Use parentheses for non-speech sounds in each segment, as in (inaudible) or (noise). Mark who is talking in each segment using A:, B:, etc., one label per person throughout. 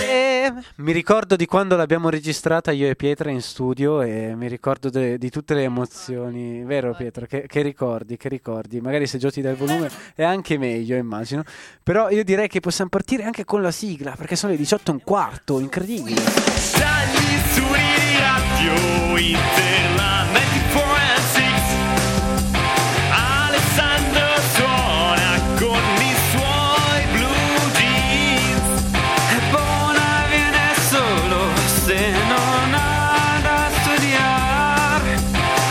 A: Eh, mi ricordo di quando l'abbiamo registrata io e Pietra in studio e mi ricordo de- di tutte le emozioni, vero Pietro? Che, che ricordi, che ricordi? Magari se giù ti dà il volume è anche meglio, immagino. Però io direi che possiamo partire anche con la sigla, perché sono le 18 e un quarto, incredibile.
B: Dagli studi radio Interla 24 Alessandro suona con i suoi blue jeans E buona viene solo se non ha da studiare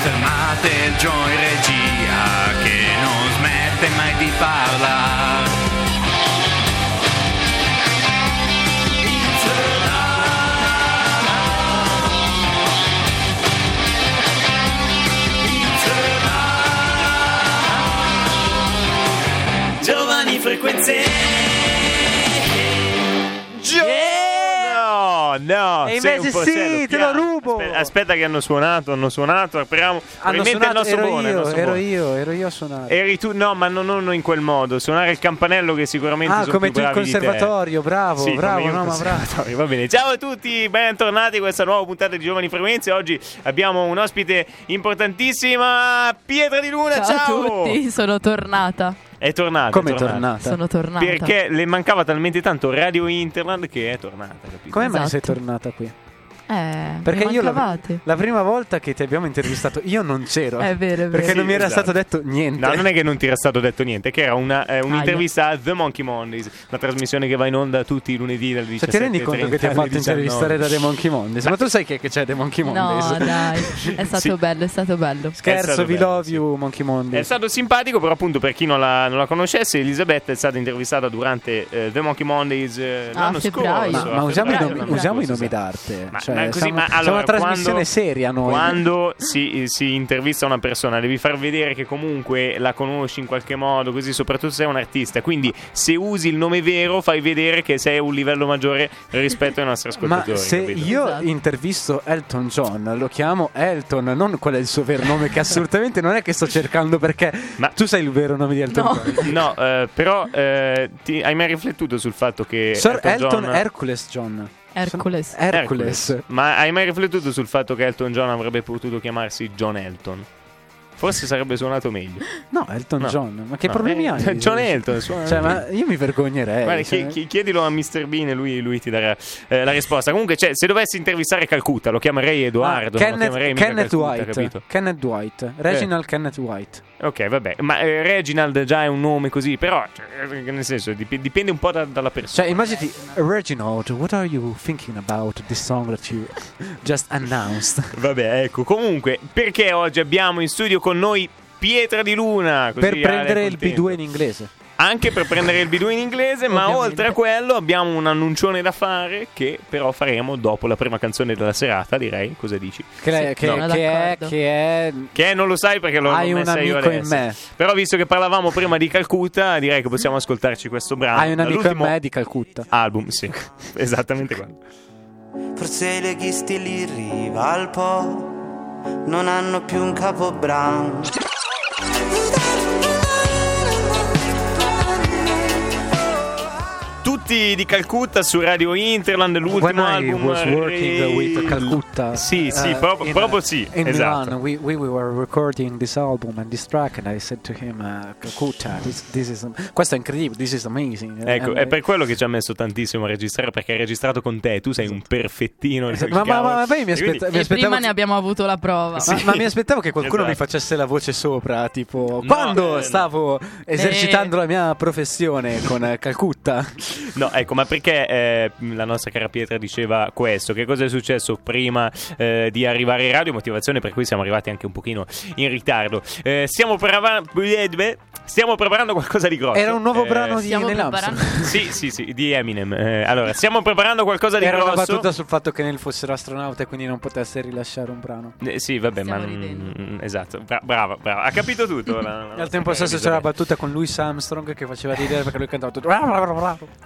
B: Fermate il Joe in regia che non smette mai di parlare Giovani frequenze
C: Gio- No, no,
A: E
C: sei
A: invece
C: un po'
A: sì,
C: serio,
A: te
C: piano.
A: lo rubo.
C: Aspetta, aspetta che hanno suonato, hanno suonato, apriamo.
A: Hanno
C: probabilmente
A: suonato,
C: il nostro
A: ero
C: buono, il
A: io,
C: nostro
A: ero
C: buono.
A: io, ero io a suonare.
C: Eri tu, no, ma non, non in quel modo. Suonare il campanello che sicuramente
A: ah,
C: sono
A: come tu
C: più
A: il
C: bravi di te.
A: conservatorio, bravo,
C: Sì, come
A: bravo, no,
C: io il
A: ma bravo.
C: conservatorio, Va bene. Ciao a tutti, bentornati a questa nuova puntata di Giovani Frequenze. Oggi abbiamo un ospite importantissima, Pietra di Luna. Eh, Ciao,
D: a tutti, sono tornata.
C: È tornata.
A: Come è
C: tornata.
A: tornata?
D: Sono tornata.
C: Perché le mancava talmente tanto Radio Interland che è tornata, capito?
A: Come mai
D: Esatto.
A: sei tornata qui?
D: Eh,
A: Perché
D: mi
A: io la-
D: mancavate.
A: La prima volta che ti abbiamo intervistato io non c'ero.
D: È vero, è vero.
A: Perché non mi era
C: esatto.
A: stato detto niente.
C: No, non è che non ti era stato detto niente, che era una,
A: Ah,
C: eh, un'intervista a The Monkey Mondays, una trasmissione che va in onda tutti i lunedì dalle
A: Cioè,
C: 17
A: ti rendi conto che ti ha fatto intervistare da The Monkey Mondays? Ma tu sai chi è che c'è The Monkey Mondays?
D: No,
A: (laughs)
D: dai, è stato
C: Sì.
D: bello, è stato bello.
C: È
A: Scherzo,
C: stato
A: vi
C: bello,
A: love
C: sì. Esatto,
A: you, Monkey
C: È
A: Mondays.
C: stato simpatico, però appunto per chi non la, non la conoscesse, Elisabetta è stata intervistata durante eh, The Monkey Mondays eh,
D: A
C: l'anno
D: febbraio.
C: scorso.
A: Ah, Ma,
C: a
A: ma usiamo, i
C: febbraio
A: nomi,
C: dell'anno
A: usiamo i
C: scorso,
A: nomi
C: esatto.
A: d'arte.
C: Ma-
A: cioè,
C: ma così,
A: siamo,
C: ma
A: siamo
C: allora,
A: una trasmissione
C: quando-
A: seria noi.
C: Quando si, si intervista una persona devi far vedere che comunque la conosci in qualche modo, così soprattutto se sei un artista. Quindi se usi il nome vero fai vedere che sei a un livello maggiore rispetto ai nostri
A: Ma
C: ascoltatori.
A: se
C: capito?
A: io
D: Esatto.
A: intervisto Elton John, lo chiamo Elton, non qual è il suo vero nome, che assolutamente non è che sto cercando perché
C: Ma-
A: tu sai il vero nome di Elton
D: No.
A: John.
C: No, eh, però eh, ti- hai mai riflettuto sul fatto che...
A: Sir Elton,
C: John-
A: Hercules John.
D: Hercules.
A: Sono- Hercules.
C: Ma hai mai riflettuto sul fatto che Elton John avrebbe potuto chiamarsi John Elton? Forse sarebbe suonato meglio.
A: No, Elton
C: No.
A: John. Ma che
C: No,
A: problemi
C: eh,
A: hai?
C: (laughs) John Elton, suona
A: Cioè,
C: lui.
A: ma io mi vergognerei.
C: Guarda,
A: cioè.
C: chi- chi- chiedilo a Mr. Bean e lui, lui ti darà eh, la risposta. Comunque, cioè, se dovessi intervistare Calcutta, lo chiamerei Edoardo.
A: Ah,
C: non
A: Kenneth,
C: lo chiamerei mica
A: Kenneth
C: Calcutta,
A: White.
C: capito? Eh.
A: Kenneth White. Reginald Kenneth White.
C: Ok, vabbè. Ma eh, Reginald già è un nome così, però, cioè, nel senso, dip- dipende un po' da- dalla persona.
A: Cioè, immaginati, Reginald, what are you thinking about this song that you just announced?
C: Vabbè, ecco. Comunque, perché oggi abbiamo in studio con noi Pietra di Luna? Così
A: per
C: Ale è
A: prendere il
C: contento.
A: B2 in inglese.
C: Anche per prendere il B2 in inglese, ma
D: Ovviamente.
C: oltre a quello abbiamo un annuncione da fare che però faremo dopo la prima canzone della serata, direi. Cosa dici?
A: Che, lei-
D: Sì,
A: che,
D: sono
A: che è,
D: d'accordo.
A: che è...
C: Che non lo sai perché l'ho
A: Hai
C: l'ho
A: un
C: messa io
A: amico in
C: adesso.
A: me.
C: Però visto che parlavamo prima di Calcutta, direi che possiamo ascoltarci questo brano.
A: Hai un amico in
C: dall'ultimo
A: me di Calcutta.
C: Album, sì. (laughs) Esattamente quello.
E: Forse i leghisti li riva al po' Non hanno più un capo bravo
C: Tutti di Calcutta su Radio Interland, l'ultimo
A: When I
C: album
A: was working
C: re-
A: with Calcutta.
C: Sì, sì,
A: uh,
C: proprio,
A: in,
C: proprio sì,
A: In
C: esatto.
A: Milan, we, we, we were recording this album and this track and I said to him, uh, Calcutta, this, this is, questo è incredibile, this is amazing.
C: Ecco,
A: And-
C: è per quello che ci ha messo tantissimo a registrare perché hai registrato con te, tu sei un perfettino. del
A: Esatto. Ma, ma, ma, ma poi mi,
C: cavolo. E quindi-
A: aspetta, mi
D: E
A: aspettavo...
D: prima ne abbiamo avuto la prova.
A: Ma, ma mi aspettavo che qualcuno mi
C: Esatto.
A: facesse la voce sopra, tipo
C: No,
A: quando
C: eh, no.
A: stavo esercitando
D: Eh.
A: la mia professione con eh, Calcutta.
C: No, ecco, ma perché eh, la nostra cara Pietra diceva questo? Che cosa è successo prima eh, di arrivare in radio? Motivazione per cui siamo arrivati anche un pochino in ritardo. Eh, stiamo, prepara- stiamo preparando qualcosa di grosso.
A: Era un nuovo
C: Eh,
A: brano di
D: Stiamo
A: Neil
D: preparando.
A: Armstrong.
C: Sì, sì, sì, di Eminem. Eh, allora, stiamo preparando qualcosa di
A: Era una
C: grosso.
A: battuta sul fatto che Neil fossero astronauta e quindi non potesse rilasciare un brano.
C: Eh, sì, vabbè,
D: Stiamo
C: ma non-
D: ridendo.
C: esatto, Bra- brava, brava, ha capito tutto. la- la
A: E al
C: nostra
A: tempo
C: cara
A: stesso c'era la
C: Elisabetta.
A: battuta con Louis Armstrong che faceva ridere perché lui cantava tutto.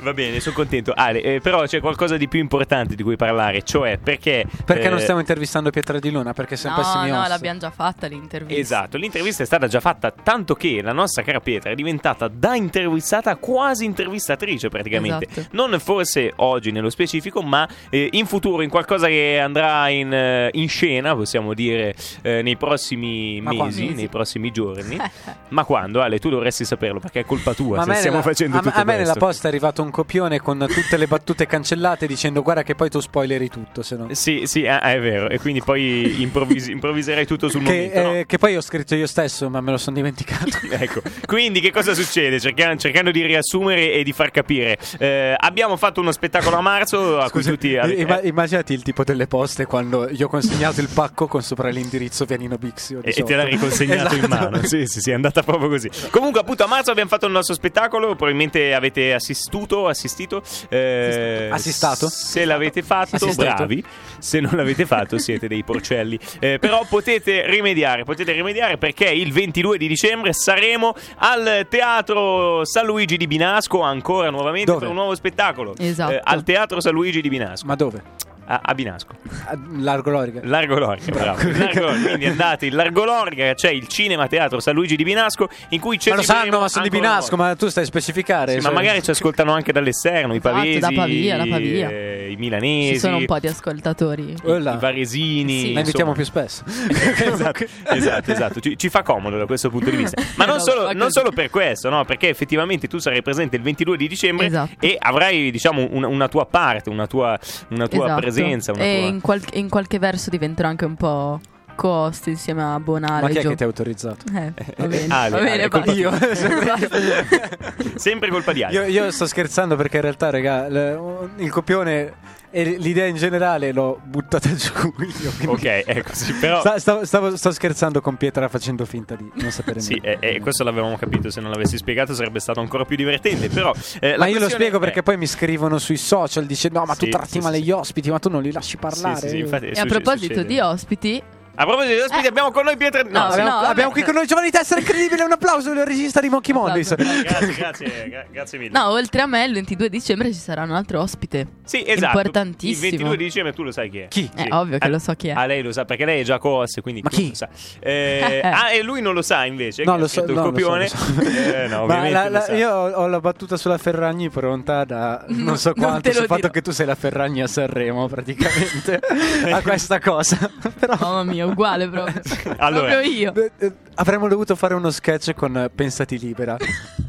C: Va bene, sono contento. Ale, eh, però c'è qualcosa di più importante di cui parlare, cioè perché...
A: Perché non
C: eh,
A: stiamo intervistando Pietra di Luna? Perché (laughs) siamo
D: No,
A: pessimi
D: no,
A: host.
D: l'abbiamo già fatta l'intervista.
C: Esatto, l'intervista è stata già fatta, tanto che la nostra cara Pietra è diventata da intervistata a quasi intervistatrice praticamente.
D: Esatto.
C: Non forse oggi nello specifico, ma eh, in futuro, in qualcosa che andrà in, eh, in scena, possiamo dire, eh, nei prossimi
A: Ma
C: mesi,
A: quando?
C: nei
A: (laughs)
C: prossimi giorni. ma quando? Ale, tu dovresti saperlo perché è colpa tua
A: Ma a
C: se
A: me
C: stiamo
A: nella-
C: facendo
A: a,
C: tutto
A: a me nella
C: questo.
A: posta è arrivato un copione con tutte le battute cancellate dicendo guarda che poi tu spoileri tutto, se no.
C: Sì, sì, ah, è vero. E quindi poi improvvis- (laughs) improvviserai tutto sul
A: che,
C: momento. no?
A: eh, che poi ho scritto io stesso, ma me lo sono
C: (laughs)
A: dimenticato.
C: Ecco, quindi che cosa succede? Cerchiamo- cercando di riassumere e di far capire. Eh, abbiamo fatto uno spettacolo a marzo a cui
A: Scusa,
C: tutti...
A: i-
C: eh,
A: imma- immaginati il tipo delle poste quando gli ho consegnato il pacco con sopra l'indirizzo Pianino Bixio. di
C: e, e te
A: sotto.
C: l'ha riconsegnato in
A: Esatto.
C: mano. (laughs) Sì, sì, sì, è andata proprio così. Comunque, appunto, a marzo abbiamo fatto il nostro spettacolo. Probabilmente avete assistuto, assistito. eh,
A: Assistato?
C: Se l'avete fatto,
A: Assistato.
C: bravi. Se non l'avete fatto, siete dei porcelli. Eh, però potete rimediare, potete rimediare perché il 22 di dicembre saremo al Teatro San Luigi di Binasco, ancora nuovamente
A: Dove?
C: per un nuovo spettacolo. Eh,
D: Esatto.
C: al Teatro San Luigi di Binasco.
A: Ma dove?
C: A- a Binasco.
A: A- Largo Loriga.
C: Largo Lorca, bravo. Largo Lorca. Quindi andate in Largo Lorca, c'è il Cinema Teatro San Luigi di Binasco in cui c'è
A: Ma lo sanno, ma sono di Binasco, ma tu stai a specificare.
C: ma
A: cioè-
C: magari ci ascoltano anche dall'esterno, i
D: Esatto,
C: pavesi,
D: da Pavia, da Pavia.
C: eh, i milanesi,
D: Ci sono un po' di ascoltatori.
A: Oh
C: i
A: là,
C: varesini,
D: Sì.
A: La invitiamo
C: insomma.
A: più spesso. (laughs)
C: (laughs) esatto, esatto, esatto. Ci, ci fa comodo da questo punto di
D: (laughs)
C: vista. Ma
D: Eh,
C: non
D: no,
C: solo,
D: ma
C: non
D: così.
C: solo per questo, no? perché effettivamente tu sarai presente il 22 di dicembre
D: Esatto.
C: e avrai diciamo una, una tua parte, una tua, una tua
D: Esatto.
C: presenza. Una
D: e
C: tua...
D: in, qualche- in qualche verso diventerò anche un po' cost insieme a Bonale.
A: Ma chi è
C: esatto.
D: Gio-
A: che ti ha autorizzato?
D: Eh, va bene,
C: Ale,
D: va
C: Ale,
D: bene,
C: è colpa
D: basta. (laughs)
A: tua.
C: Sempre colpa di Ale.
A: Io, io sto scherzando perché in realtà, raga, l- il copione e l'idea in generale l'ho buttata giù (laughs) io. quindi-
C: Ok, ecco sì, però
A: Sta- stavo- stavo- sto scherzando con Pietra facendo finta di non sapere
C: Sì,
A: niente.
C: eh, eh, questo l'avevamo capito, se non l'avessi spiegato sarebbe stato ancora più divertente, però... eh, la
A: Ma io lo
C: questione
A: spiego
C: è-
A: perché poi mi scrivono sui social dicendo no ma
C: Sì,
A: tu tratti
C: sì,
A: male
C: sì,
A: gli ospiti ma tu non li lasci
C: Sì,
A: parlare.
C: sì, sì, infatti,
D: E a
C: succe-
D: proposito
C: succede.
D: di ospiti,
C: A proposito di ospiti
D: Eh.
C: abbiamo con noi Pietro...
D: No,
C: sì.
A: Abbiamo,
D: vabbè.
A: abbiamo qui con noi Giovanni Tessera, incredibile, un applauso del regista di Monkey Mollis.
D: Applauso, applauso.
C: Grazie, grazie, gra- grazie mille.
D: no, oltre a me, il 22 dicembre ci sarà un altro ospite.
C: sì, esatto.
D: importantissimo.
C: Il 22 di dicembre tu lo sai chi è.
A: Chi?
D: È
C: Sì.
D: ovvio che
C: Ah,
D: lo so chi è.
C: Ah, lei lo sa perché lei è già cos, quindi
A: Ma
C: chi
A: chi?
C: lo sa.
D: (laughs)
C: Eh, ah, e lui non lo sa invece.
A: No,
C: che
A: lo
C: ha
A: so,
C: scritto il
A: no, lo so,
C: copione.
A: lo so.
C: (laughs) Eh, no,
A: (laughs) Ma
C: ovviamente
A: la-
C: lo
A: la-
C: sa.
A: io ho ho la battuta sulla Ferragni pronta da
D: No,
A: non so
D: non
A: quanto,
D: te lo
A: sul fatto
D: dirò.
A: che tu sei la Ferragni a Sanremo praticamente, a questa cosa. Però
D: Mamma mia, uguale
A: (laughs)
D: proprio.
C: Allora,
D: proprio io.
A: eh, eh, avremmo dovuto fare uno sketch con eh, Pensati Libera.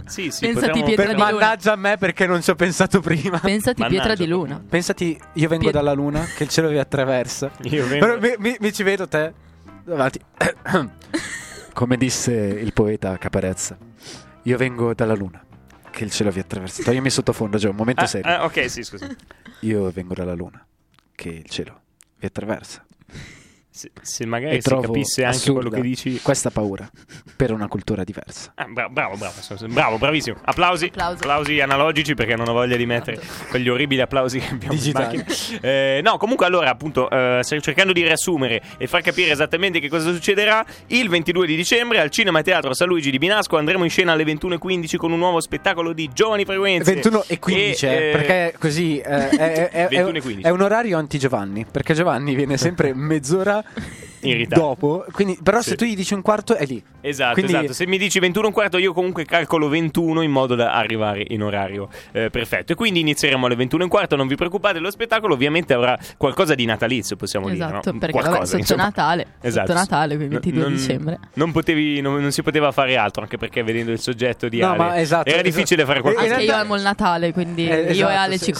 C: Sì, sì,
D: Pensati,
C: potremmo-
D: Pietro,
A: Per,
D: di
C: potremmo-
D: Luna.
A: mannaggia a me perché non ci ho pensato prima.
D: Pensati
C: Mannaggia,
D: Pietra di
C: proprio.
D: Luna.
A: Pensati, io vengo
D: Pier-
A: dalla luna, che il cielo vi attraversa.
C: Io vengo-
A: Però mi, mi- mi ci vedo te davanti. (coughs) Come disse il poeta Caparezza, io vengo dalla luna, che il cielo vi attraversa. Toglimi sottofondo, Gio, un momento
C: Ah,
A: serio.
C: ah, ok, sì, scusa.
A: Io vengo dalla luna, che il cielo vi attraversa.
C: Se, se magari Eh, si
A: trovo
C: capisse anche
A: assurda
C: quello che dici...
A: Questa paura per una cultura diversa.
C: Ah, bra- bravo, bravo, so- so- bravo, bravissimo. Applausi, applausi,
D: Applauso.
C: analogici perché non ho voglia di mettere quegli orribili applausi che abbiamo
A: Digitali.
C: in macchina. Eh, no, comunque allora, appunto, eh, sto cercando di riassumere e far capire esattamente che cosa succederà, il 22 di dicembre al Cinema Teatro San Luigi di Binasco andremo in scena alle 21.15 con un nuovo spettacolo di Giovani Frequenze.
A: 21 e 15, eh,
C: eh,
A: perché così eh, è, è- è-
C: 21 e 15.
A: è un orario anti-Giovanni, perché Giovanni viene
C: (laughs)
A: sempre mezz'ora
C: In ritardo.
A: dopo, quindi, però
C: Sì.
A: se tu gli dici un quarto è lì.
C: Esatto,
A: Quindi-
C: esatto. Se mi dici 21 e un quarto, io comunque calcolo 21 in modo da arrivare in orario eh, perfetto. E quindi inizieremo alle 21 e un quarto. Non vi preoccupate, lo spettacolo ovviamente avrà qualcosa di natalizio, possiamo dire.
D: Esatto,
C: no?
D: perché
C: qualcosa,
D: vabbè, sotto
C: insomma.
D: Natale,
C: Esatto.
D: sotto Natale, quindi
C: No,
D: 22
C: non-
D: dicembre.
C: Non, potevi, non, non si poteva fare altro, anche perché vedendo il soggetto di
A: No,
C: Ale
A: ma esatto,
C: era
A: esatto.
C: difficile fare qualcosa.
A: in
D: Anche io
A: realtà-
D: amo il Natale, quindi
A: Eh,
D: io e
A: esatto,
D: Ale
A: se-
D: ci
A: se-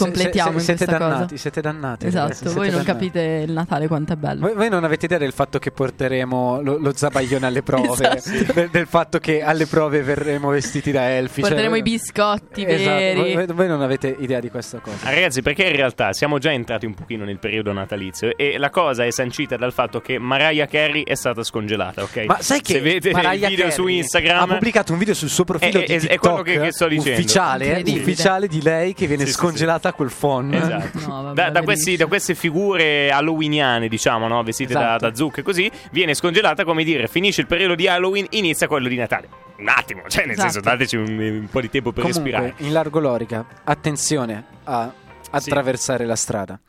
A: se-
D: completiamo
A: siete
D: in questa
A: dannati,
D: cosa.
A: Siete dannati. ragazzi,
D: Esatto,
A: siete
D: voi non
A: dannati.
D: capite il Natale quanto è bello.
A: Voi, voi non avete idea del fatto che porteremo lo, lo zabaglione alle prove,
D: (laughs) Esatto.
A: del, del fatto che alle prove verremo vestiti da elfi. cioè,
D: Porteremo
A: voi-
D: i biscotti
A: Esatto,
D: veri.
A: voi, voi non avete idea di questa cosa.
C: Ah, Ragazzi, perché in realtà siamo già entrati un pochino nel periodo natalizio e la cosa è sancita dal fatto che Mariah Carey è stata scongelata, ok?
A: Ma sai che
C: se vedete il
A: Mariah
C: video su
A: Carey
C: Instagram
A: ha pubblicato un video sul suo profilo
C: È-
A: di
C: è- è
A: TikTok
C: quello che- che sto dicendo.
A: Ufficiale, eh,
D: Incredibile.
A: ufficiale di lei che viene
C: Sì, sì,
A: scongelata col phon.
C: Esatto.
D: (laughs) No, vabbè,
C: da, da
D: verissimo.
C: questi- da queste figure halloweeniane, diciamo, no? vestite da-
A: Esatto.
C: da, zucche così viene scongelata, come dire, finisce il periodo di Halloween, inizia quello di Natale. Un attimo, cioè nel
D: Esatto.
C: senso dateci un, un po' di tempo per
A: Comunque,
C: respirare.
A: in largo lorica, attenzione a attraversare la strada,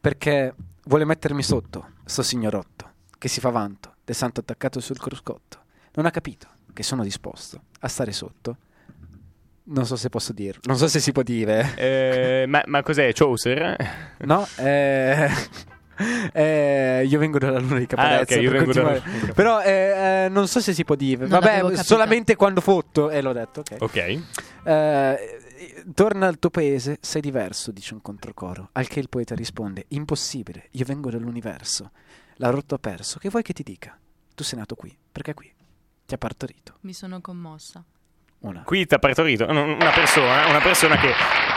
A: perché vuole mettermi sotto sto signorotto che si fa vanto del santo attaccato sul cruscotto. Non ha capito che sono disposto a stare sotto. Non so se posso dirlo, non so se si può
C: (laughs)
A: dire.
C: Eh, ma, ma cos'è? Chaucer?
A: No, eh, eh, io vengo dalla luna di Caparezza.
C: Ah, ok, io
A: per
C: vengo dalla-
A: continuare. Però eh, eh, non so se si può dire.
D: Non l'avevo
A: Vabbè,
D: capita.
A: solamente quando fotto, e l'ho detto, ok.
C: Ok.
A: Eh, torna al tuo paese, sei diverso, dice un controcoro. Al che il poeta risponde: Impossibile, io vengo dall'universo. La rotta ho perso, che vuoi che ti dica? Tu sei nato qui, perché qui ti ha partorito
D: Mi sono commossa.
A: una.
C: Qui ti ha partorito un- una persona, una persona che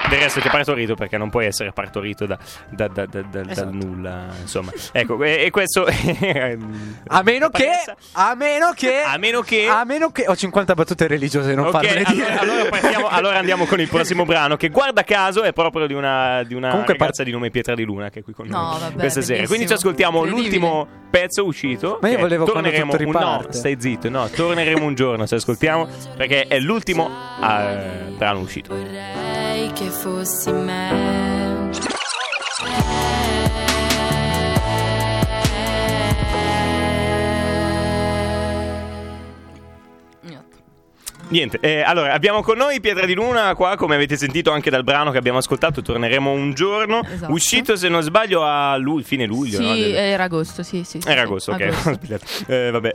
C: del resto ti ha partorito perché non puoi essere partorito da, da- da- da- da- dal
A: Esatto.
C: nulla, insomma. Ecco, e, e questo... (laughs)
A: A meno che, a meno che,
C: A meno che...
A: a meno che, ho 50 battute religiose, non
C: Ok,
A: farmele dire.
C: allora, allora partiamo- allora andiamo con il prossimo brano che guarda caso è proprio di una, di una
A: Comunque par-
C: ragazza di nome Pietra di Luna che è qui con
D: No,
C: noi
D: vabbè,
C: questa sera.
D: bellissimo.
C: Quindi ci ascoltiamo
D: Incredibile.
C: l'ultimo pezzo uscito.
A: Ma io
C: che
A: volevo quando
C: torneremo
A: tutto
C: un- no,
A: riparte.
C: stai zitto, no, torneremo un giorno, ci ascoltiamo perché è l'ultimo eh, brano uscito.
F: Vorrei che fossi me.
D: Niente.
C: Niente, eh, allora abbiamo con noi Pietra di Luna qua, come avete sentito anche dal brano che abbiamo ascoltato, torneremo un giorno,
D: Esatto.
C: uscito se non sbaglio a lu- fine luglio.
D: sì,
C: no? Del-
D: era agosto, sì, sì. sì,
C: Era
D: sì,
C: agosto, ok. (laughs) ho sbagliato. Eh, vabbè,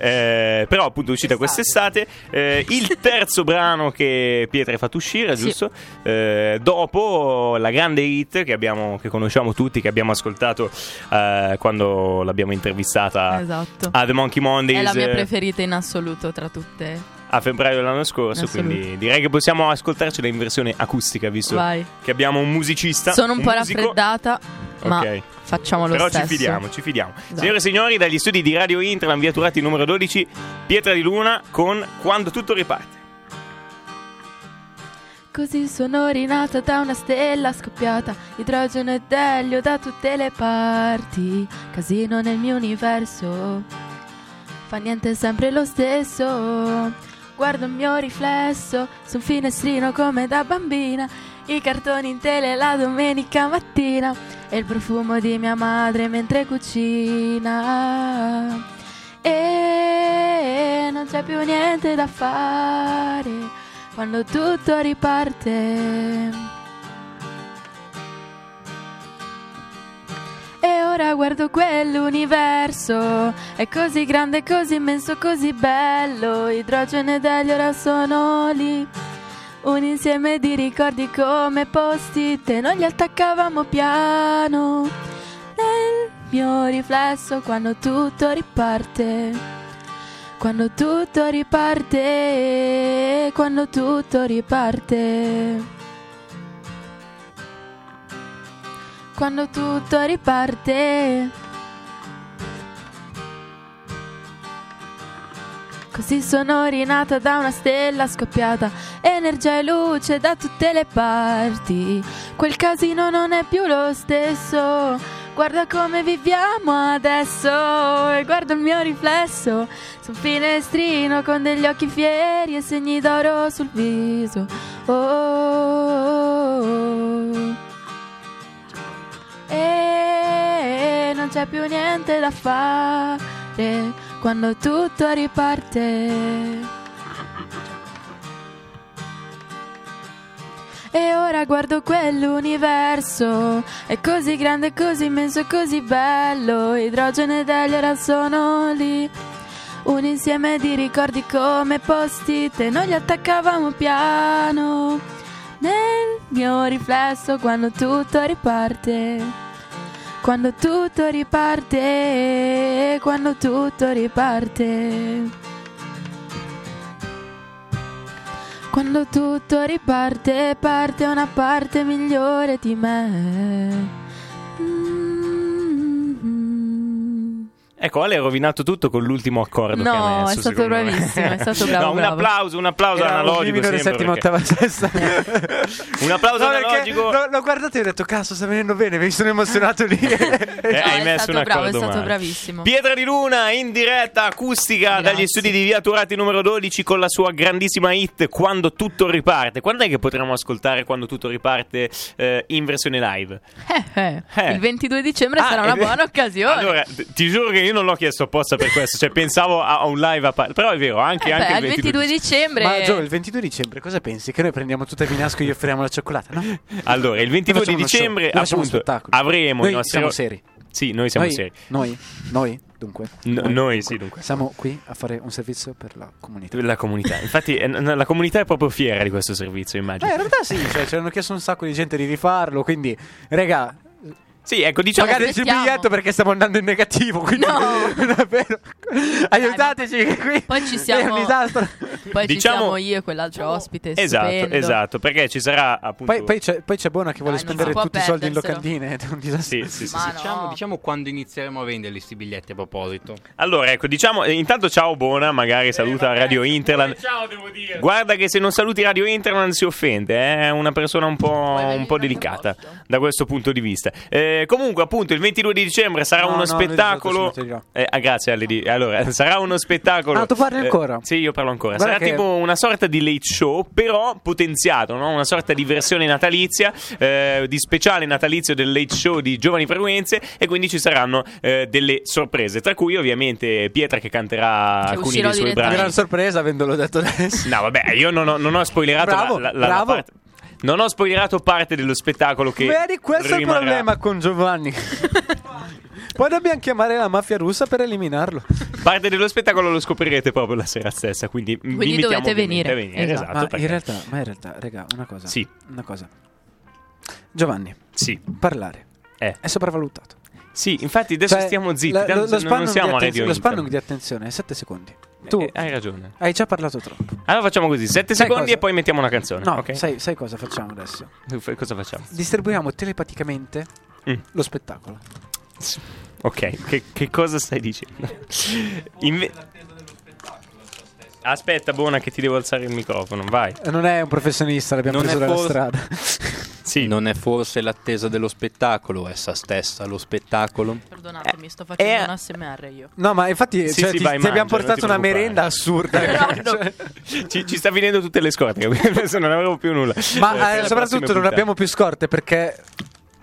C: eh, però appunto è uscita quest'estate. eh, il terzo brano che Pietra ha fatto uscire,
D: Sì.
C: giusto? Eh, dopo la grande hit che, abbiamo, che conosciamo tutti, che abbiamo ascoltato eh, quando l'abbiamo intervistata
D: Esatto.
C: a The Monkey Mondays.
D: È la mia
C: eh,
D: preferita in assoluto tra tutte.
C: a febbraio dell'anno scorso,
D: Assoluto.
C: quindi direi che possiamo ascoltarcela in versione acustica, visto
D: Vai.
C: che abbiamo un musicista.
D: Sono un po'
C: musico,
D: raffreddata, ma
C: Ok.
D: facciamo lo
C: Però
D: stesso.
C: ci fidiamo, ci fidiamo.
D: Esatto.
C: Signore e signori, dagli studi di Radio Intra, via Turati numero 12, Pietra di Luna con Quando tutto riparte.
F: Così sono rinata da una stella scoppiata, idrogeno ed elio da tutte le parti, casino nel mio universo, fa niente sempre lo stesso. Guardo il mio riflesso su un finestrino come da bambina, i cartoni in tele la domenica mattina e il profumo di mia madre mentre cucina. E non c'è più niente da fare quando tutto riparte. E ora guardo quell'universo, è così grande, così immenso, così bello, idrogeno ed elio ora sono lì. Un insieme di ricordi come posti, te noi li attaccavamo piano. Nel mio riflesso quando tutto riparte. Quando tutto riparte, quando tutto riparte. Quando tutto riparte. Così sono rinata da una stella scoppiata, energia e luce da tutte le parti. Quel casino non è più lo stesso. Guarda come viviamo adesso e guardo il mio riflesso su un finestrino con degli occhi fieri e segni d'oro sul viso. Oh, oh, oh, oh. E non c'è più niente da fare quando tutto riparte. E ora guardo quell'universo, è così grande, così immenso, così bello, idrogeno ed elio ora sono lì. Un insieme di ricordi come posti, te noi li attaccavamo piano. Nel mio riflesso quando tutto riparte. Quando tutto riparte, quando tutto riparte. Quando tutto riparte, parte una parte migliore di me. Mm.
C: Ecco, Ale ha rovinato tutto con l'ultimo accordo che ha
D: Mm-hmm. No,
C: messo,
D: è stato
C: secondo me. (laughs)
D: bravissimo, è stato bravo,
C: No, un
D: bravo.
C: applauso, un
A: (laughs)
C: applauso
A: Era un
C: analogico
A: minore
C: sempre,
A: settima,
C: perché-
A: ottava,
C: (laughs)
A: sesta.
C: Un applauso
A: No, perché
C: analogico.
A: l'ho, l'ho guardato e ho detto, cazzo, sta venendo bene, mi sono emozionato
C: (laughs)
A: lì.
C: Eh,
D: No,
C: hai
D: è
C: messo
D: stato
C: un
D: bravo,
C: accordo
D: è stato
C: male.
D: bravissimo.
C: Pietra di Luna in diretta acustica
D: Grazie.
C: dagli studi di Via Turati numero 12 con la sua grandissima hit Quando tutto riparte. Quando è che potremo ascoltare Quando tutto riparte eh, in versione live?
D: Eh, eh.
C: Eh.
D: Il 22 dicembre
C: Ah,
D: sarà una
C: eh,
D: buona occasione.
C: Allora, t- ti giuro che io non l'ho chiesto apposta per questo, cioè pensavo a, a un live a parte. Però è vero, anche,
D: Eh,
C: anche
D: beh,
C: il 22
D: 22 dicembre.
A: Ma Gio, il 22 dicembre cosa pensi? Che noi prendiamo tutta Vinasco e gli offriamo la cioccolata? No?
C: Allora, il 22 di
A: Noi facciamo uno show,
C: dicembre
A: noi facciamo
C: appunto
A: uno spettacolo.
C: avremo
A: Noi
C: i nostri
A: siamo seri.
C: Sì, noi siamo
A: noi,
C: seri.
A: Noi, noi, dunque.
C: No- noi, sì, dunque.
A: Siamo qui a fare un servizio per la comunità.
C: La comunità, (laughs) infatti, eh, n- la comunità è proprio fiera di questo servizio,
A: Eh,
C: immagino.
A: in realtà sì, cioè, ci hanno chiesto un sacco di gente di rifarlo, quindi, raga,
C: Sì, ecco, diciamo che
A: pagateci il
D: aspettiamo.
A: biglietto perché stiamo andando in negativo, quindi (laughs)
D: No.
A: davvero, aiutateci che qui
D: Poi ci
A: è
D: siamo-
A: un disastro.
C: diciamo-
D: Poi ci siamo io e quell'altro ospite.
C: Esatto,
D: stupendo.
C: esatto, perché ci sarà appunto.
A: Poi, poi c'è, poi c'è Bona che vuole
D: Dai, non
A: spendere
D: si può
A: tutti i soldi in
D: perderselo.
A: locandine, è un disastro.
C: Sì, sì, sì,
D: Ma
C: sì.
D: no.
G: Diciamo, diciamo quando inizieremo a venderli sti biglietti a proposito.
C: Allora, ecco, diciamo eh, intanto ciao Bona,
G: Eh,
C: magari saluta Radio Interland.
G: Ciao, devo dire.
C: Guarda che se non saluti Radio Interland si offende, eh, è una persona un po', un po' delicata da questo punto di vista. Eh, comunque, appunto, il 22 di dicembre sarà
A: No,
C: uno
A: no,
C: spettacolo.
A: non è risolto,
C: Eh, ah, grazie, Ale. di- Allora, (laughs) sarà uno spettacolo.
A: Ah, tu parli
C: Eh,
A: ancora?
C: sì, io parlo ancora.
A: Guarda
C: sarà
A: che-
C: tipo una sorta di late show, però potenziato, no? una sorta di versione natalizia, eh, di speciale natalizio del late show di Giovani Frequenze. E quindi ci saranno eh, delle sorprese, tra cui ovviamente Pietra che canterà
D: Che
C: alcuni
D: Cioè, uscirò
C: dei suoi
A: Mi
C: brani.
A: era
D: direttamente.
A: una sorpresa avendolo detto adesso.
C: No, vabbè, io non ho, non ho spoilerato la-
A: Bravo,
C: la, la- la
A: bravo.
C: parte. Non ho spoilerato parte dello spettacolo (laughs) che.
A: Vedi, questo è il
C: rimarrà.
A: problema con
C: (laughs)
A: Giovanni. Poi dobbiamo chiamare la mafia russa per eliminarlo.
C: Parte dello spettacolo lo scoprirete proprio la sera stessa. Quindi, vi invitiamo
D: dovete
C: ovviamente
D: venire.
C: a venire,
D: Esatto.
C: Esatto,
A: ma,
C: perché-
A: in realtà, ma in realtà, raga, una cosa.
C: Sì.
A: Una cosa. Giovanni,
C: Sì,
A: parlare
C: eh.
A: è sopravvalutato.
C: sì, infatti adesso
A: Cioè,
C: stiamo zitti.
A: la-
C: tanto
A: lo, lo
C: non- non
A: spannung
C: siamo a
A: di
C: radio.
A: attenzione- lo
C: Inter.
A: spannung di attenzione è 7 secondi. Tu
C: Eh, hai ragione.
A: hai già parlato troppo.
C: Allora facciamo così: 7
A: Sai
C: secondi
A: cosa?
C: e poi mettiamo una canzone.
A: No,
C: ok?
A: sai, sai cosa facciamo adesso?
C: F- Cosa facciamo?
A: Distribuiamo telepaticamente
C: Mm.
A: lo spettacolo.
C: Ok, che, che cosa
A: (laughs)
C: stai dicendo? Inve- Aspetta, buona, che ti devo alzare il microfono. Vai.
A: Eh, Non è un professionista, l'abbiamo
G: Non
A: preso
G: è
A: dalla
G: for-
A: strada.
C: Sì,
G: Non è forse l'attesa dello spettacolo, essa stessa lo spettacolo?
D: Perdonatemi, sto facendo
C: eh.
D: un ASMR io.
A: No, ma infatti
C: Sì,
A: cioè,
C: sì,
A: ti,
C: vai,
A: ti abbiamo
C: mangia, non ti
A: portato una
C: preoccupare.
A: merenda assurda. Cioè,
C: Ci, ci sta finendo tutte le scorte. (laughs) capito? Adesso non avevo più nulla. Eh, per
A: ma eh,
C: la prossima
A: soprattutto non
C: puntata.
A: abbiamo più scorte perché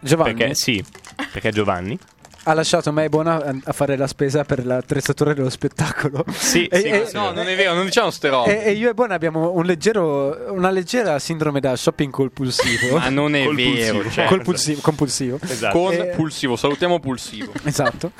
A: Giovanni
C: Perché sì, perché Giovanni.
A: ha lasciato me e Bona a- a fare la spesa per l'attrezzatura dello spettacolo.
C: Sì,
A: e,
C: sì,
A: e-
C: questo
G: No, non è vero, non diciamo ste robe.
C: Eh,
A: e- e io e Bona abbiamo un leggero, una leggera sindrome da shopping compulsivo.
G: Ma non è
C: eh, Col
G: vero.
C: pulsivo,
G: cioè,
C: certo.
A: Compulsivo, compulsivo.
C: Esatto.
G: Con
A: Eh.
G: pulsivo, salutiamo (laughs) pulsivo.
C: (laughs)
A: Esatto.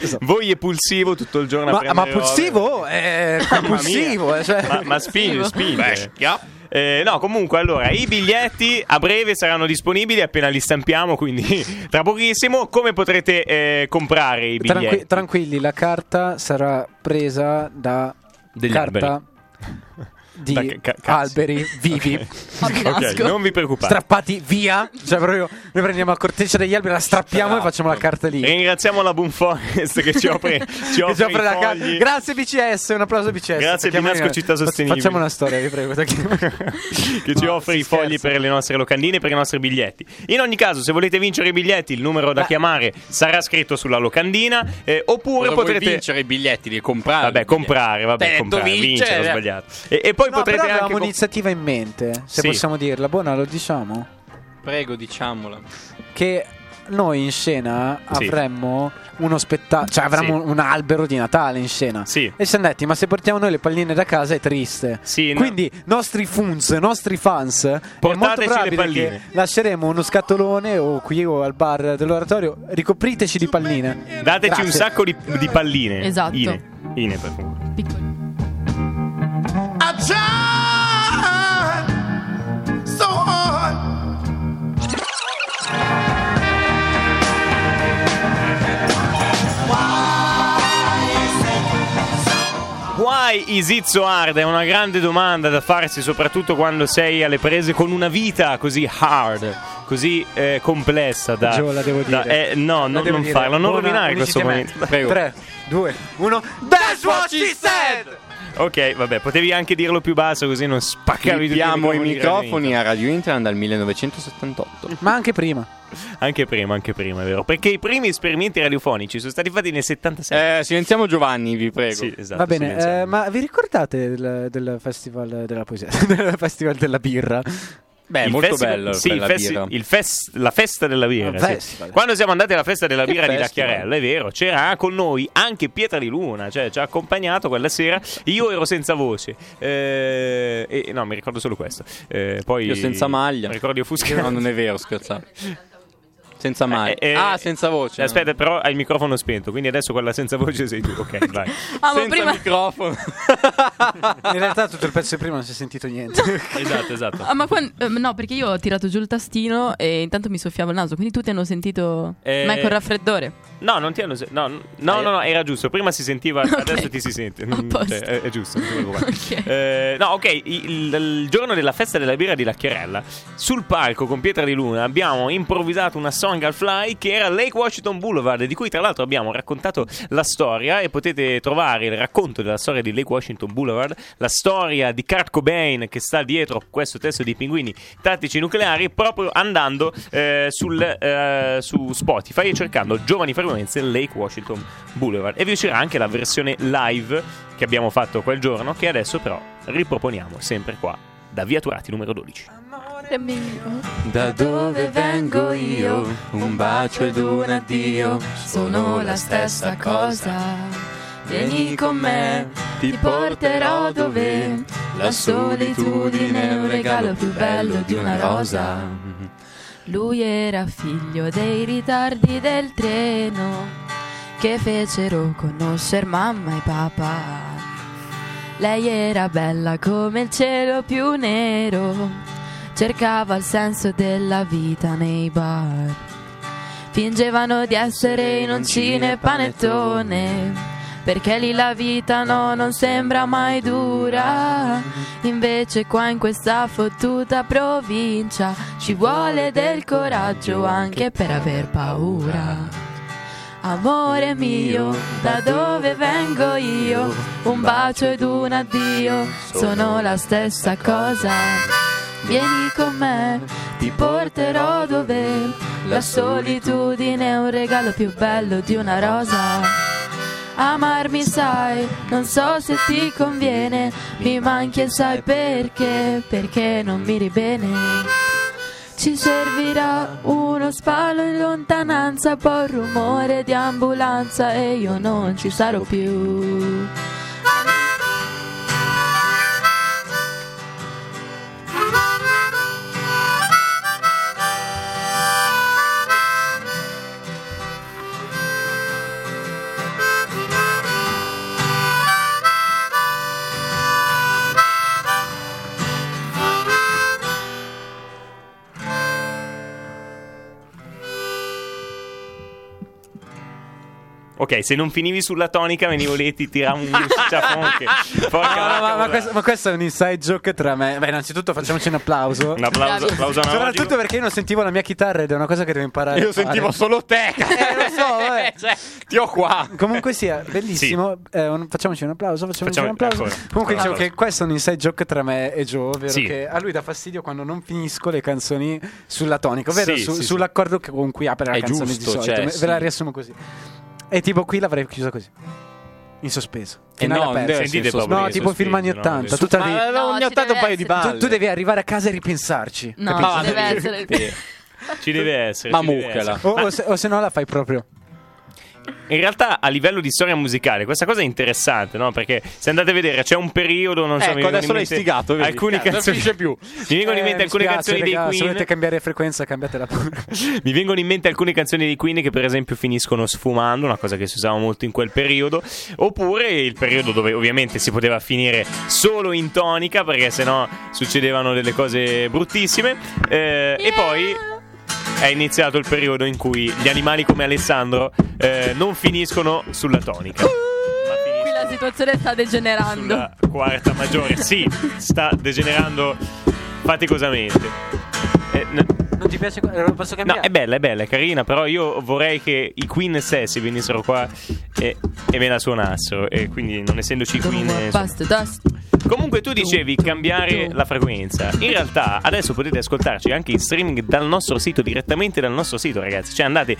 A: Esatto.
C: Voi è pulsivo tutto il giorno a
A: Ma,
C: prendere
A: ma
C: robe.
A: pulsivo è compulsivo. eh, cioè.
C: Ma,
A: (laughs)
C: ma spinge, spinge.
G: Bestia.
C: Eh, no, comunque, allora, i biglietti a breve saranno disponibili appena li stampiamo, quindi (laughs) tra pochissimo. Come potrete eh, comprare i biglietti?
A: Tranqui- tranquilli, la carta sarà presa da
C: Degli
A: carta di
C: Da ca- ca-
A: alberi vivi (laughs)
D: Fabio
C: Ok,
D: Nasco.
C: non vi preoccupate.
A: strappati via. Cioè, proprio noi prendiamo la corteccia degli alberi, la strappiamo e
C: Esatto.
A: facciamo la carta lì.
C: Ringraziamo la Boom Forest che
A: (laughs)
C: ci offre, ci
A: Che
C: offre,
A: ci offre
C: i
A: la ca-
C: fogli.
A: Grazie BCS, un applauso a BCS.
C: Grazie
A: perché
C: Binasco
A: magari-
C: Città
A: fa-
C: Sostenibile.
A: Facciamo una storia, vi
C: (laughs)
A: prego. perché-
C: (laughs) che ci
A: No,
C: offre
A: si
C: i fogli
A: scherza.
C: per le nostre locandine e per i nostri biglietti. In ogni caso, se volete vincere i biglietti, il numero da chiamare sarà scritto sulla locandina. eh, oppure
G: Cosa vuoi
C: potrete.
G: vincere i biglietti, li
A: Ah,
G: comprare.
C: Vabbè, comprare, vabbè,
G: Te l'ho detto
C: comprare, vincere, ho
G: Eh, vincere.
C: sbagliato. E, e poi
A: eh. No, però
C: potrete
A: avevamo
C: anche. comp-
A: un'iniziativa in mente, se
C: Sì.
A: possiamo dirla. Buona, lo diciamo.
G: Prego, diciamola.
A: che noi in scena
C: Sì.
A: avremmo uno spettacolo, cioè avremmo
C: Sì.
A: un albero di Natale in scena.
C: Sì.
A: E siamo detti, ma se portiamo noi le palline da casa è triste.
C: Sì, no.
A: Quindi, nostri funs, nostri fans, è molto
C: Portateci le
A: probabile
C: palline.
A: che lasceremo uno scatolone o qui o al bar dell'oratorio, ricopriteci di palline.
C: Dateci un
A: Grazie.
C: sacco di, di palline.
D: Esatto.
C: Ine, Ine, per favore.
D: Piccoli.
H: I tried so hard.
C: Why is it so hard? È una grande domanda da farsi, soprattutto quando sei alle prese con una vita così hard, così eh, complessa da...
A: Gio, la devo
C: da-
A: dire.
C: eh, no, non, non farlo, non rovinare questo momento. (laughs)
G: Prego.
A: 3, 2, 1. That's what she said!
C: Ok, vabbè, potevi anche dirlo più basso così non spaccavi tutti
G: Cambiamo i
C: di granito.
G: microfoni a Radio Interland dal 1978.
A: Ma anche prima.
C: Anche prima, anche prima, è vero. Perché i primi esperimenti radiofonici sono stati fatti nel 76.
G: Eh, silenziamo Giovanni, vi prego.
C: Sì, esatto,
A: Va bene,
C: silenziamo.
A: eh, ma vi ricordate del, del festival della poesia? (laughs) del festival della birra?
G: Beh,
C: Il
G: molto
C: festival-
G: bello
C: sì,
G: per
C: il
G: la
C: festi-
G: birra.
C: il fest- la festa della birra.
A: Il
C: sì.
A: festival.
C: Quando siamo andati alla festa della
G: Il
C: birra di
G: festival.
C: Lacchiarella, è vero, c'era con noi anche Pietra di Luna, cioè ci ha accompagnato quella sera. Io ero senza voce, eh, e, no, mi ricordo solo questo. Eh, poi,
G: Io senza maglia.
C: Mi ricordo io
G: No, non è
C: (laughs)
G: vero, scherzavo. Senza mai.
C: Eh, eh,
G: ah, senza voce.
C: Aspetta, però hai il microfono spento, quindi adesso quella senza voce sei tu.
G: (laughs)
C: Ok, vai.
D: Ah, ma
G: senza
D: prima,
G: microfono.
A: In realtà tutto il pezzo di prima non si è sentito niente.
C: esatto, esatto.
D: Ah, ma quan- ehm, no, perché io ho tirato giù il tastino e intanto mi soffiavo il naso, quindi tutti hanno sentito
C: Eh.
D: me col raffreddore.
C: No, non ti hanno. se- No, no, no, no, era giusto. Prima si
D: (laughs)
C: sentiva,
D: Ok.
C: adesso ti si sente.
D: A posto.
C: Cioè, è, è giusto. non ti preoccupare.
D: (laughs) Ok.
C: Eh, no, ok. Il, il giorno della festa della birra di Lacchiarella, sul palco con Pietra di Luna abbiamo improvvisato una song al fly che era Lake Washington Boulevard, di cui tra l'altro abbiamo raccontato la storia. E potete trovare il racconto della storia di Lake Washington Boulevard, la storia di Kurt Cobain che sta dietro questo testo di pinguini tattici nucleari, proprio andando eh, sul, eh, su Spotify e cercando Giovani Frequenze Lake Washington Boulevard. E vi uscirà anche la versione live che abbiamo fatto quel giorno, che adesso però riproponiamo sempre qua da Via Turati numero 12.
G: Da
F: dove vengo io, un bacio ed un addio, sono la stessa cosa. Vieni con me, ti porterò dove la solitudine è un regalo più bello di una rosa. Lui era figlio dei ritardi del treno che fecero conoscere mamma e papà. Lei era bella come il cielo più nero, cercava il senso della vita nei bar. Fingevano di essere in un cinepanettone, perché lì la vita no, non sembra mai dura. Invece qua in questa fottuta provincia ci vuole del coraggio anche per aver paura. Amore mio, da dove vengo io? Un bacio ed un addio, sono la stessa cosa. Vieni con me, ti porterò dove la solitudine è un regalo più bello di una rosa. Amarmi sai, non so se ti conviene, mi manchi e sai perché, perché non miri bene. Ci servirà uno spalo in lontananza, poi il rumore di ambulanza e io non ci sarò più.
C: Ok, se non finivi sulla tonica venivo lì e ti tiravo un
G: (laughs)
C: sciafon che- Porca
A: Ah, ma,
C: vacca,
A: ma questo, ma questo è un inside joke tra me. Beh, innanzitutto facciamoci un applauso.
C: Un applauso,
D: Bravi.
C: applauso analogico.
A: Soprattutto perché io non sentivo la mia chitarra ed è una cosa che devo imparare. a
G: Io
A: fare.
G: sentivo solo te.
A: Eh, lo so,
G: (laughs)
A: vabbè.
G: Cioè, ti ho qua.
A: Comunque sia, bellissimo. Eh, un- facciamoci un applauso. Facciamoci
C: Facciamo-
A: un applauso.
C: ancora.
A: Comunque, dicevo
C: Applauso.
A: che questo è un inside joke tra me e Joe. Ovvero
C: Sì.
A: che a lui dà fastidio quando non finisco le canzoni sulla tonica, ovvero
C: Sì,
A: su-
C: sì, sì.
A: sull'accordo che- con cui apre la
G: È
A: canzone di
G: giusto,
A: solito.
G: cioè,
A: Me-
G: sì.
A: Ve la riassumo così. E tipo, qui l'avrei chiusa così. In sospeso.
G: E
A: Finale
G: no,
A: aperto.
G: deve-
C: Sentite
G: Sì,
C: Eh proprio
A: no,
C: i
A: tipo
C: sospiri,
A: film anni
C: no?
A: 80.
C: Adesso-
A: tutta lì.
G: Ma
D: No,
G: ogni
D: ci
G: tanto un
D: deve
G: paio di
D: essere.
G: palle.
A: Tu, tu devi arrivare a casa e ripensarci.
D: No,
G: Ma-
D: ci deve essere.
G: Ah, Sì.
C: Ci deve essere.
G: Ma
C: ci deve
G: mucchiala.
C: essere.
A: O, o se, o se no la fai proprio.
C: In realtà, a livello di storia musicale, questa cosa è interessante, no? Perché se andate a vedere, c'è un periodo, non so, mi
G: Ecco,
C: vengono
G: adesso
C: in
G: l'hai
C: mente
G: stigato. vedi?
C: Alcune
G: Cazzo,
C: canzoni.
G: Non finisce più.
C: Mi vengono in
A: Eh,
C: mente
A: mi
C: alcune
A: spiace,
C: canzoni
A: raga,
C: dei
A: Se
C: Queen.
A: volete cambiare frequenza, cambiatela pure.
C: Mi vengono in mente alcune canzoni dei Queen che, per esempio, finiscono sfumando, una cosa che si usava molto in quel periodo. Oppure il periodo dove, ovviamente, si poteva finire solo in tonica, perché sennò succedevano delle cose bruttissime. Eh, E poi. È iniziato il periodo in cui gli animali come Alessandro eh, non finiscono sulla tonica. Ma
D: Qui la
C: finiscono-
D: situazione sta degenerando.
C: sulla quarta maggiore. Sì, sta degenerando faticosamente. Eh, n-
A: Non ti piace? Eh, lo Posso
C: No,
A: cambiare?
C: è bella, è bella, è carina, però io vorrei che i Queen stessi venissero qua e, e me la suonassero. E quindi, non essendoci i Queen.
F: Comunque,
C: insomma.
F: basta, dust.
C: Comunque, tu dicevi cambiare la frequenza. In realtà, adesso potete ascoltarci anche in streaming dal nostro sito, direttamente dal nostro sito, ragazzi. Cioè, andate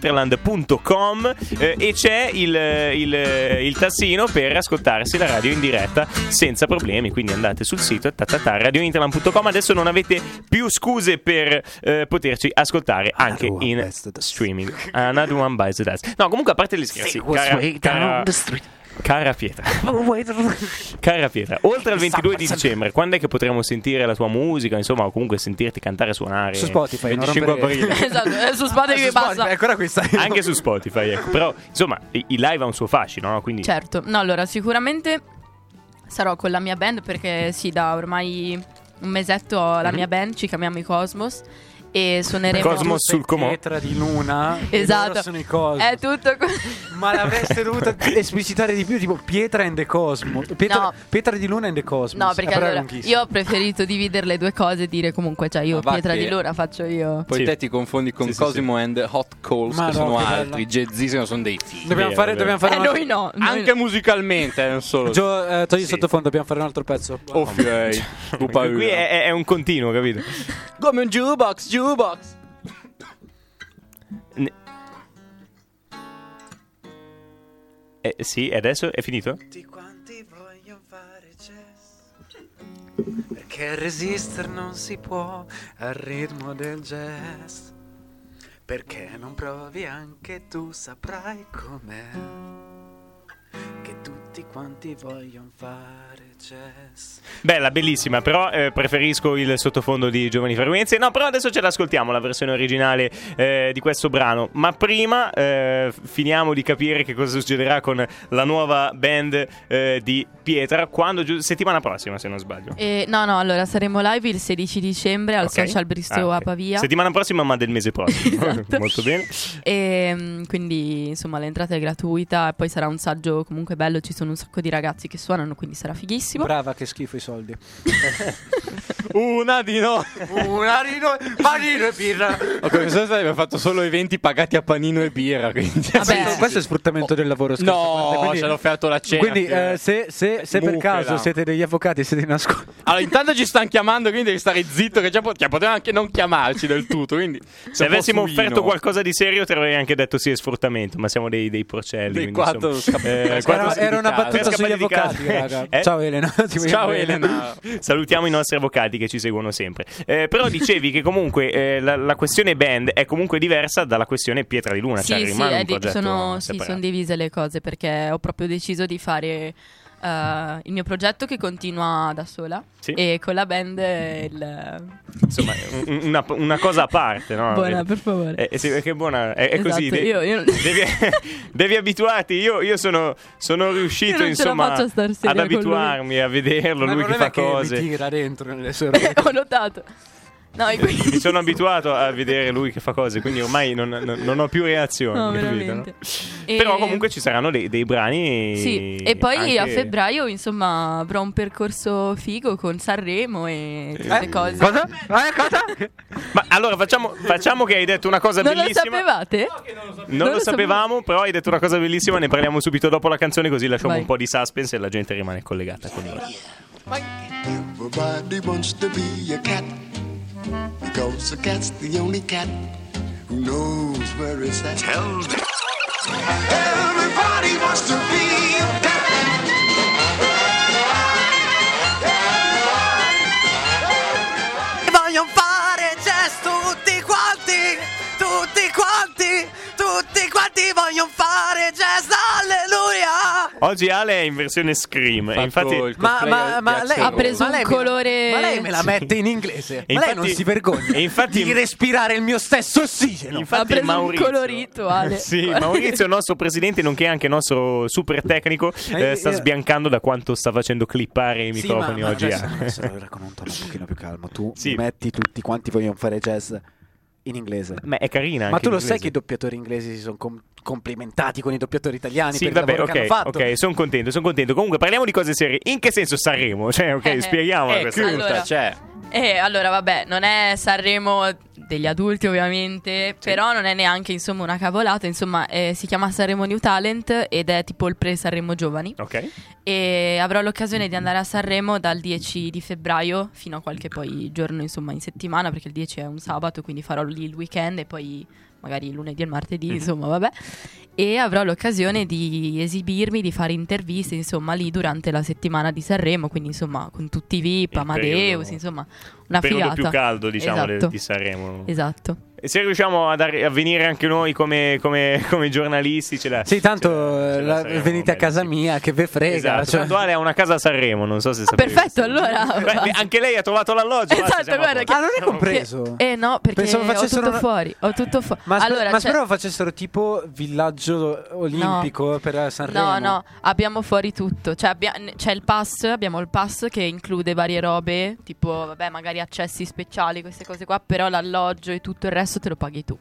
C: www.radiointerland.com eh, e c'è il, il- il tassino per ascoltarsi la radio in diretta senza problemi. Quindi andate sul sito e tatata, radiointerland.com. Adesso non avete più scuse per eh, poterci ascoltare anche
A: Another one
C: in
A: bites the dust.
C: streaming. Another one bites the dust. No, comunque, a parte gli scherzi, cara, cara,
A: (laughs)
C: cara Pietra. Cara Pietra, oltre al 22 di dicembre, quando è che potremo sentire la tua musica? Insomma, o comunque sentirti cantare e suonare?
A: Su Spotify, non
C: 25
A: rompere-
C: aprile.
F: (laughs) esatto, eh, su spada che
A: È
F: passa.
A: ancora questa.
C: Anche su Spotify, ecco. Però, insomma, i- il live ha un suo fascino, no?
A: Cioè,
C: Quindi
F: Certo, no, allora sicuramente sarò con la mia band perché sì, da ormai un mesetto ho la mia band, ci chiamiamo i Cosmos e suoneremo...
C: Cosmos sul Comò.
A: Pietra di luna. e loro
F: Esatto,
A: Sono i cosmos.
F: è tutto... co-
A: (laughs) Ma l'avreste dovuta esplicitare di più, tipo Pietra and the Cosmos. Pietra,
F: No.
A: Pietra di Luna and the Cosmos.
F: No,
A: Eh,
F: perché
A: però è
F: allora
A: lunghissimo.
F: io ho preferito dividere le due cose e dire comunque, cioè io
G: Ma va
F: pietra
G: che-
F: di luna faccio io.
G: Poi
C: Sì.
G: te ti confondi con
C: Sì, sì,
G: Cosimo and Hot Coals,
A: Ma
G: che
A: no,
G: sono
A: che bello.
G: altri, jazzissimi, sono dei figli.
A: Dobbiamo
C: Vero,
A: fare,
C: vero.
A: dobbiamo fare
F: Eh,
A: un altro-
F: noi no. noi
G: Anche
F: no.
G: musicalmente, eh, non solo.
A: Gio, eh, togli
G: Sì.
A: sottofondo, dobbiamo fare un altro pezzo.
G: Off, eh, tu paura.
C: qui è, è- è un continuo, capito?
G: Come un jukebox, jukebox.
C: N- Eh, sì, e adesso è finito?
I: Tutti quanti vogliono fare jazz Perché resistere non si può al ritmo del jazz Perché non provi anche tu saprai com'è Che tutti quanti vogliono fare jazz
C: Bella, bellissima, però eh, preferisco il sottofondo di Giovani Frequenze. No, però adesso ce l'ascoltiamo, la versione originale eh, di questo brano. Ma prima eh, finiamo di capire che cosa succederà con la nuova band eh, di Pietra quando, giu- settimana prossima, se non sbaglio.
F: Eh, no, no, allora saremo live il 16 dicembre al
C: Ok?
F: Social Bristo
C: Ah, ok.
F: a Pavia.
C: Settimana prossima, ma del mese prossimo.
F: (laughs)
C: (laughs)
F: Esatto.
C: Molto bene.
F: E mm, quindi insomma l'entrata è gratuita e poi sarà un saggio comunque bello, ci sono un sacco di ragazzi che suonano, quindi sarà fighissimo.
A: Brava, che schifo i soldi.
G: Una di noi.
A: Una rino, panino e birra.
G: Ok, questo abbiamo fatto solo eventi pagati a panino e birra, quindi...
F: Vabbè.
A: Questo, questo è sfruttamento del lavoro. scherzo a parte,
G: No,
A: quindi-
G: ci hanno offerto la cena.
A: Quindi,
G: che-
A: eh, se, se- se per
G: Mucchela.
A: caso siete degli avvocati e siete in ascolto,
G: Allora, intanto ci stanno chiamando, quindi devi stare zitto, che già pot- cioè, potevano anche non chiamarci del tutto, quindi...
C: Se avessimo offerto qualcosa di serio, te l'avrei anche detto sì, è sfruttamento, ma siamo dei, dei porcelli. quindi,
G: Dei quattro
C: insomma,
G: scappa-
C: eh,
G: scappa-
C: quattro-
A: era,
G: scappati
A: era
G: di
A: una
G: casa.
A: battuta
C: Scappati
A: sugli
C: di casa.
A: avvocati. raga.
C: Eh?
A: Ciao Elena. (laughs) ti vogliamo
G: Ciao
A: bene.
G: Elena.
C: Salutiamo i nostri avvocati che ci seguono sempre. Eh, però dicevi che comunque eh, la, la questione band è comunque diversa dalla questione pietra di luna.
F: Sì,
C: cioè
F: sì,
C: rimane
F: è
C: un
F: di-
C: progetto
F: sono, sì,
C: separato.
F: sono divise le cose perché ho proprio deciso di fare eh, il mio progetto che continua da sola
C: Sì.
F: e con la band il...
C: Insomma, un- una, una cosa a parte, no?
F: Buona, per favore.
C: Eh, sì, perché buona, è, è
F: Esatto,
C: così. de-
F: io- io-
C: Devi, (laughs) devi abituarti. Io, io sono, sono
F: Io
C: riuscito
F: non ce la
C: insomma,
F: faccio a star seria
C: ad
F: con lui.
C: abituarmi a vederlo.
A: Ma il
C: lui che
A: problema
C: fa
A: è che
C: cose.
A: Mi tira dentro nelle sue (laughs) robe.
F: (laughs) ho notato. No, e quindi...
C: Mi sono abituato a vedere lui che fa cose, quindi ormai non, non- non ho più reazioni.
F: (laughs) No,
C: capito, no?
F: veramente.
C: (laughs) Però
F: E-
C: comunque ci saranno dei, dei brani.
F: Sì, e poi a
C: anche-
F: febbraio, insomma, avrò un percorso figo con Sanremo e tutte
C: Eh,
F: cose.
C: Cosa? Eh,
A: (laughs)
C: cosa? Ma allora facciamo, facciamo che hai detto una cosa
F: Non lo
C: bellissima.
F: sapevate?
C: Non,
F: Non
C: lo,
F: lo
C: sapevamo, però hai detto una cosa bellissima. Ne parliamo subito dopo la canzone, così lasciamo
F: Vai.
C: un po' di suspense e la gente rimane collegata con noi.
B: Everybody wants to be a cat because a cat's the only cat who knows where it's at. Tell me. Everybody wants to be a cat.
I: Vogliono fare jazz tutti quanti, tutti quanti, tutti quanti vogliono fare jazz, alleluia!
C: Oggi Ale è in versione scream. e infatti,
A: Ma, ma, ma lei
F: Ha preso
A: ma
F: un
A: lei me la-
F: colore-
A: Ma lei me la mette in inglese.
C: E
A: ma lei
C: infatti-
A: non si vergogna
C: e infatti-
A: di respirare il mio stesso ossigeno.
C: infatti
F: ha preso
C: Maurizio-
F: un colorito, Ale.
C: (laughs) Sì,
F: (laughs)
C: Maurizio, il nostro presidente, nonché anche nostro super tecnico, eh,
A: io-
C: sta
A: io-
C: sbiancando da quanto sta facendo clippare i
A: Sì,
C: microfoni
A: ma- ma
C: oggi.
A: adesso-
C: Ale.
A: adesso lo racconto un pochino più calmo. Tu
C: Sì.
A: metti tutti quanti vogliono fare jazz in inglese.
C: Ma è carina.
A: Ma
C: anche
A: tu
C: in
A: lo sai
C: inglese.
A: che i doppiatori inglesi si sono com- complimentati con i doppiatori italiani
C: Sì,
A: per il
C: vabbè,
A: lavoro che
C: ok,
A: hanno fatto?
C: ok, sono contento, sono contento. Comunque parliamo di cose serie. In che senso Sanremo? (laughs) Cioè, ok,
F: Eh,
C: spieghiamola
G: È
C: questa
G: chiusa,
C: cosa.
F: Allora.
G: cioè...
F: E allora, vabbè, non è Sanremo degli adulti, ovviamente, però non è neanche insomma una cavolata. Insomma, eh, si chiama Sanremo New Talent ed è tipo il pre-Sanremo Giovani.
C: Ok.
F: E avrò l'occasione di
C: Mm-hmm.
F: andare a Sanremo dal 10 di febbraio fino a qualche poi giorno, insomma, in settimana, perché il 10 è un sabato, quindi farò lì il weekend e poi magari il lunedì e il
C: Mm-hmm.
F: martedì, insomma, vabbè. E avrò l'occasione di esibirmi, di fare interviste, insomma, lì durante la settimana di Sanremo, quindi insomma, con tutti i VIP,
C: Il
F: Amadeus,
C: periodo-
F: insomma, una
C: periodo
F: figata.
C: più caldo, diciamo, de-
F: Esatto.
C: di Sanremo.
F: Esatto.
C: E se riusciamo ad arri- a venire anche noi come, come- come giornalisti, ce la
A: Sì, tanto eh,
C: ce la- ce la
A: la-
C: saremo
A: venite a
C: belli,
A: casa
C: sì.
A: mia, che ve frega.
C: Esatto,
A: cioè.
C: tanto Ale ha una casa a Sanremo, non so se sapevi.
F: perfetto, allora.
C: Beh, anche lei ha trovato l'alloggio.
F: Esatto,
C: basta, siamo a
F: guarda,
C: posto.
A: Ah, non è
C: Siamo a posto.
A: compreso.
F: Eh no, perché
A: Pensavo
F: ho
A: facessero
F: tutto
A: una-
F: fuori, ho tutto fuori.
A: Ma, sper-
F: allora,
A: ma
F: cioè-
A: speravo facessero tipo villaggio olimpico per Sanremo.
F: No, no, abbiamo fuori tutto. Cioè, abbia- n- c'è il pass, abbiamo il pass che include varie robe, tipo, vabbè, magari accessi speciali, queste cose qua, però l'alloggio e tutto il resto te lo paghi tu.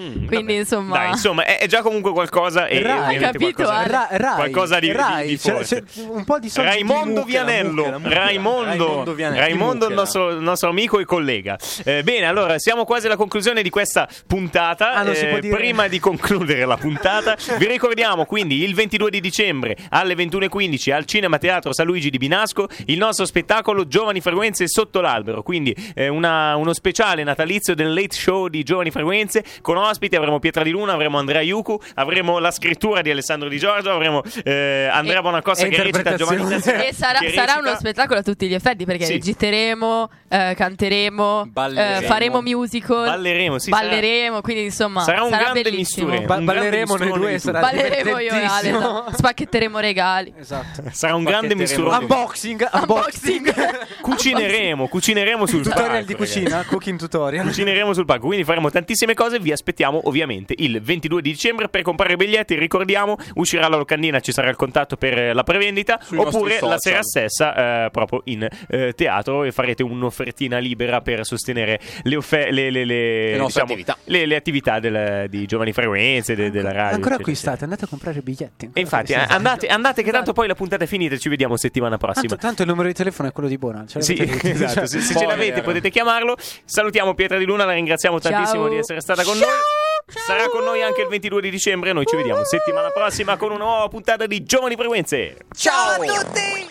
C: Mm,
F: Quindi, insomma-
C: Dai, insomma, è, è già comunque qualcosa.
A: Rai,
C: E e ovviamente
F: hai capito,
C: qualcosa-
F: Ale?
A: Ra- Rai,
C: qualcosa di- di-
A: Rai,
C: di
A: c'è-
C: forte.
A: c'è un po' di soldi di
C: Raimondo
A: mucche, la
C: Vianello,
B: mucche, la mucche, la-
C: Raimondo,
B: Raimondo Vianello,
C: Raimondo il
B: di mucche,
C: nostro, il nostro amico e collega. Eh, bene, allora siamo quasi alla conclusione di questa puntata. Eh,
A: Ah, non si può dire.
C: Prima di concludere la
A: (laughs)
C: puntata, vi ricordiamo quindi il 22 di dicembre alle 21.15 al Cinema Teatro San Luigi di Binasco il nostro spettacolo Giovani Frequenze sotto l'albero. Quindi eh, una- uno speciale natalizio del late show di Giovani Frequenze con ospiti. Avremo Pietra di Luna, avremo Andrea Iucu, avremo la scrittura di Alessandro Di Giorgio, avremo eh, Andrea
F: E-
C: Bonaccossa
A: e
C: che recita Giovanni
A: interpretazione.
C: Tassi-
F: (laughs) E sarà,
C: che
F: sarà
C: recita-
F: uno spettacolo a tutti gli effetti perché
C: Sì.
F: reciteremo, eh, canteremo,
B: Balleremo.
F: eh, faremo musical,
C: Balleremo, sì,
F: balleremo, quindi insomma
C: sarà un grande
F: bellissimo.
C: misture.
A: (laughs) Ba-
C: Un
A: balleremo
C: grande
A: noi
C: minestrone di
A: due, sarà
F: Balleremo io e Ale,
A: divertentissimo.
F: (laughs) esatto. spacchetteremo regali,
A: Esatto.
C: Sarà un grande
B: Pacchetteremo
C: misturo.
A: Ah, boh.
B: tutti.
A: Unboxing,
F: (laughs) unboxing,
C: Cucineremo, cucineremo sul palco.
A: tutorial di
C: ragazzi.
A: cucina, cooking tutorial.
C: Cucineremo sul palco, quindi faremo tantissime cose. Vi aspettiamo ovviamente il 22 di dicembre per comprare i biglietti. Ricordiamo, uscirà la locandina, ci sarà il contatto per eh, la prevendita.
G: Sui
C: oppure
G: nostri
C: la
G: social.
C: sera stessa, eh, proprio in eh, teatro, e farete un'offertina libera per sostenere le, offe- le, le- le- diciamo,
G: Le nostre attività.
C: le- le attività del- di Giovani Frequenze, de- della radio.
A: Ancora
C: eccetera, eccetera.
A: acquistate, andate a comprare i biglietti. ancora
C: E infatti, eh,
A: acquistate.
C: andate, andate, che tanto poi la puntata è finita. Ci vediamo settimana prossima.
A: Tanto, tanto il numero di telefono è quello di Bona. ce
C: Sì,
A: l'avete tutti,
C: (laughs) esatto.
A: cioè.
C: Se, se ce l'avete potete chiamarlo. Salutiamo Pietra di Luna, la ringraziamo
F: Ciao.
C: tantissimo di essere stata con
F: Ciao,
C: noi.
F: ciao.
C: Sarà con noi anche il 22 di dicembre. Noi ci vediamo settimana prossima con una nuova puntata di Giovani Frequenze.
F: ciao a tutti!